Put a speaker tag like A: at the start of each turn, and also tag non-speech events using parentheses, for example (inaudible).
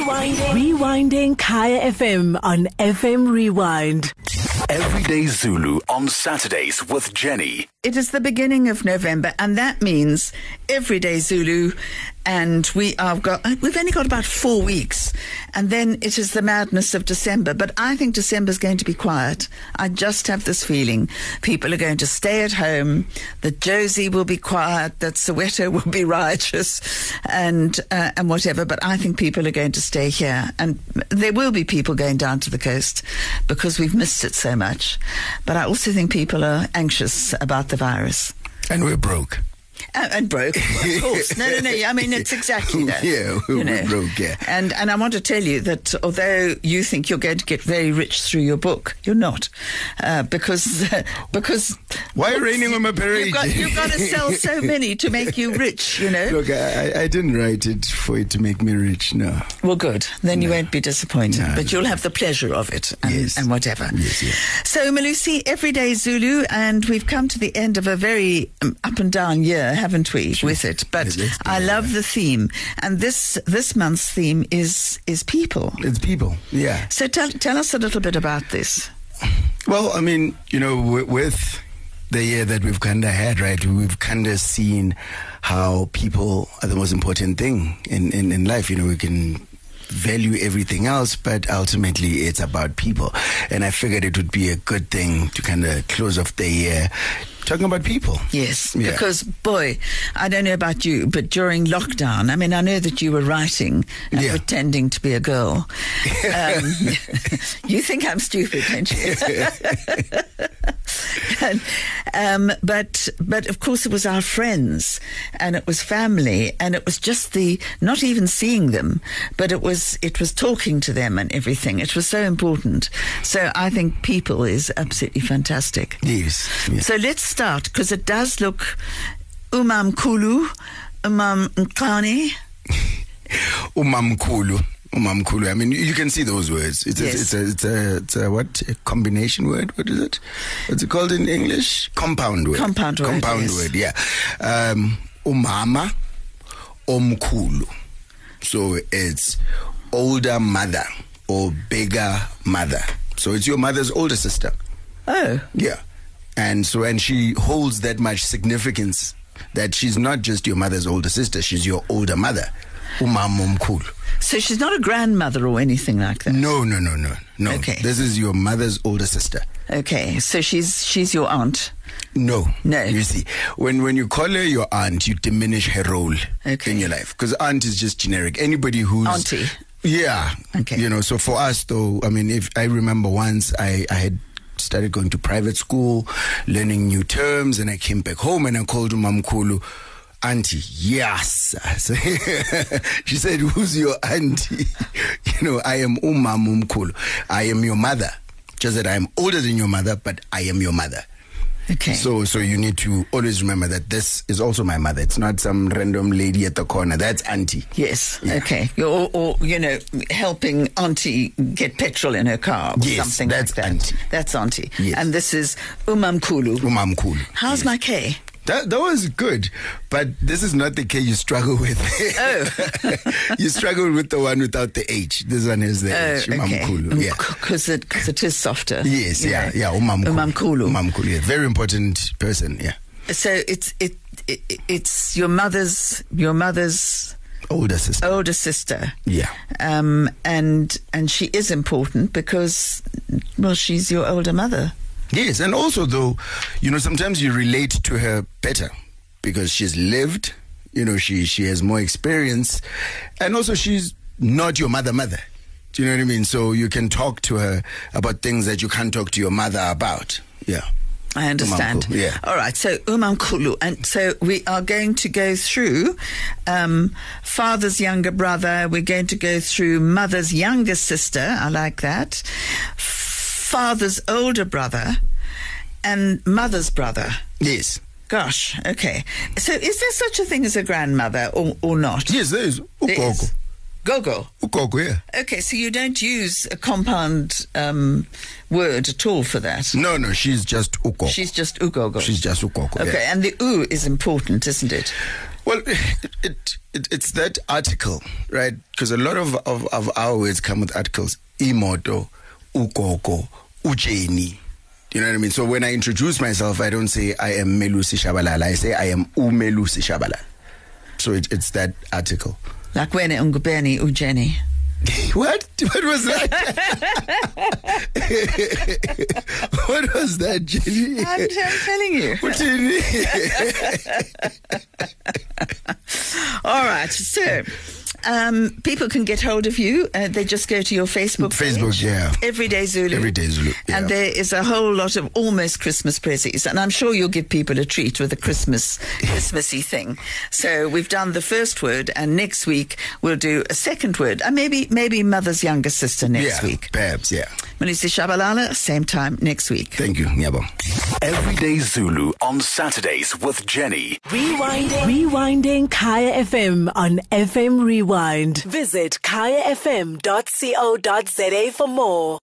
A: Rewinding. Rewinding Kaya FM on FM Rewind.
B: Everyday Zulu on Saturdays with Jenny.
C: It is the beginning of November, and that means everyday Zulu, and we have got we've only got about four weeks, and then it is the madness of December. But I think December's going to be quiet. I just have this feeling people are going to stay at home. That Josie will be quiet. That Soweto (laughs) will be riotous, and uh, and whatever. But I think people are going to stay here, and there will be people going down to the coast because we've missed it so much. But I also think people are anxious about the virus.
D: And we're broke.
C: And, and broke, of
D: (laughs)
C: course. No, no, no. I mean, it's exactly that.
D: Yeah, we're broke, yeah.
C: And and I want to tell you that although you think you're going to get very rich through your book, you're not, uh, because (laughs) because
D: Why are you raining on my parade?
C: You've got, you've got to sell so many to make you rich. You know.
D: (laughs) Look, I, I- I didn't write it for it to make me rich, no.
C: Well, good. Then you won't be disappointed,
D: No,
C: but you'll have the pleasure of it and,
D: Yes.
C: and whatever.
D: Yes, yes.
C: So, Malusi, everyday Zulu, and we've come to the end of a very um, up and down year, haven't we, with it? But
D: Yeah, let's do
C: I
D: that.
C: love the theme, and this this month's theme is is people.
D: It's people, yeah.
C: So, tell tell us a little bit about this.
D: Well, I mean, you know, wi- with the year that we've kind of had, right, we've kind of seen how people are the most important thing in, in, in life. You know, we can value everything else, but ultimately it's about people. And I figured it would be a good thing to kind of close off the year talking about people.
C: Yes,
D: Yeah.
C: because boy, I don't know about you, but during lockdown, I mean, I know that you were writing and
D: Yeah.
C: pretending to be a
D: (laughs)
C: girl. Um, (laughs) you think I'm stupid, don't you? (laughs) And, um, but but of course, it was our friends, and it was family, and it was just the not even seeing them, but it was it was talking to them and everything. It was so important. So I think people is absolutely fantastic.
D: Yes. yes.
C: So let's start because it does look umam kulu, umam nkani.
D: umamkulu umamkulu i mean you can see those words it's a,
C: Yes.
D: it's, a, it's, a, it's a what a combination word what is it what's it called in english compound word
C: Compound word,
D: compound
C: yes.
D: word yeah um umama omkulu so it's older mother or bigger mother so it's your mother's older sister
C: Oh,
D: yeah. And so, and she holds that much significance that she's not just your mother's older sister, she's your older mother. Umamumkul.
C: so she's not a grandmother or anything like that.
D: No, no, no, no, no.
C: Okay.
D: This is your mother's older sister.
C: Okay, so she's she's your aunt.
D: No.
C: No.
D: You see, when, when you call her your aunt, you diminish her role
C: Okay.
D: in your life. Because aunt is just generic. Anybody who's.
C: Auntie.
D: Yeah.
C: Okay.
D: You know, so for us, though, I mean, if I remember once I, I had started going to private school, learning new terms, and I came back home and I called Mamkulu. Auntie, yes. (laughs) I said- she said, Who's your auntie? (laughs) you know, I am Umamumkulu. I am your mother. Just that I am older than your mother, but I am your mother.
C: Okay,
D: So, so you need to always remember that this is also my mother. It's not some random lady at the corner. That's auntie.
C: yes,
D: Yeah.
C: okay, or, or you know, helping auntie get petrol in her car or
D: Yes,
C: something
D: that's
C: like that.
D: auntie.
C: That's auntie.
D: Yes.
C: And this is umam kulu.
D: Umamkulu.
C: How's my K?
D: That, that was good, but this is not the K you struggle with. (laughs)
C: Oh.
D: you struggle with the one without the H. This one is the
C: Oh,
D: H.
C: okay.
D: Umamkulu. Yeah.
C: Because it, 'cause it is softer.
D: Yes,
C: you
D: yeah,
C: know.
D: yeah. Umamkulu.
C: Umamkulu.
D: Umamkulu. Yeah. Very important person. Yeah.
C: So it's it, it it's your mother's your mother's
D: Older sister.
C: older sister.
D: Yeah.
C: Um, and and she is important because well she's your older mother.
D: Yes, and also though, you know, sometimes you relate to her better because she's lived, you know, she she has more experience, and also she's not your mother mother. Do you know what I mean? So you can talk to her about things that you can't talk to your mother about. Yeah.
C: I understand.
D: Umamkulu, yeah.
C: All right. So Umamkulu, and so we are going to go through um, father's younger brother. We're going to go through mother's younger sister. I like that. Father's older brother, and mother's brother.
D: Yes.
C: Gosh, okay. So is there such a thing as a grandmother or, or not?
D: Yes, there is.
C: There
D: Ugogo.
C: is. Gogo.
D: Ugogo, yeah.
C: Okay, so you don't use a compound um, word at all for that.
D: No, no, she's just Ugogo.
C: She's just ugogo.
D: She's just Ugogo.
C: okay,
D: yeah.
C: and the u is important, isn't it?
D: Well, it, it, it it's that article, right? Because a lot of, of, of our words come with articles. Imoto, ukoko, ujeni. You know what I mean? So when I introduce myself, I don't say I am Melusi Shabalala. I say I am Umelusi Shabalala. So it, it's that article.
C: Like when Ungubeni Ujeni.
D: What? (laughs) What was that? (laughs) what was that, Jenny? (laughs)
C: I'm, I'm telling you.
D: What did
C: (laughs)
D: you
C: All right. So, um, people can get hold of you. Uh, they just go to your Facebook page.
D: Facebook, yeah.
C: Everyday Zulu.
D: Everyday Zulu, yeah.
C: And there is a whole lot of almost Christmas presents. And I'm sure you'll give people a treat with a
D: (laughs)
C: Christmas, Christmassy thing. So we've done the first word, and next week we'll do a second word. And maybe, maybe mother's younger sister next
D: yeah,
C: week.
D: Babs, yeah.
C: Melissa Shabalala, same time next week.
D: Thank you, Nyabo.
B: Everyday Zulu on Saturdays with Jenny.
A: Rewinding. Rewinding Kaya FM on FM Rewind. Visit kayafm.co.za for more.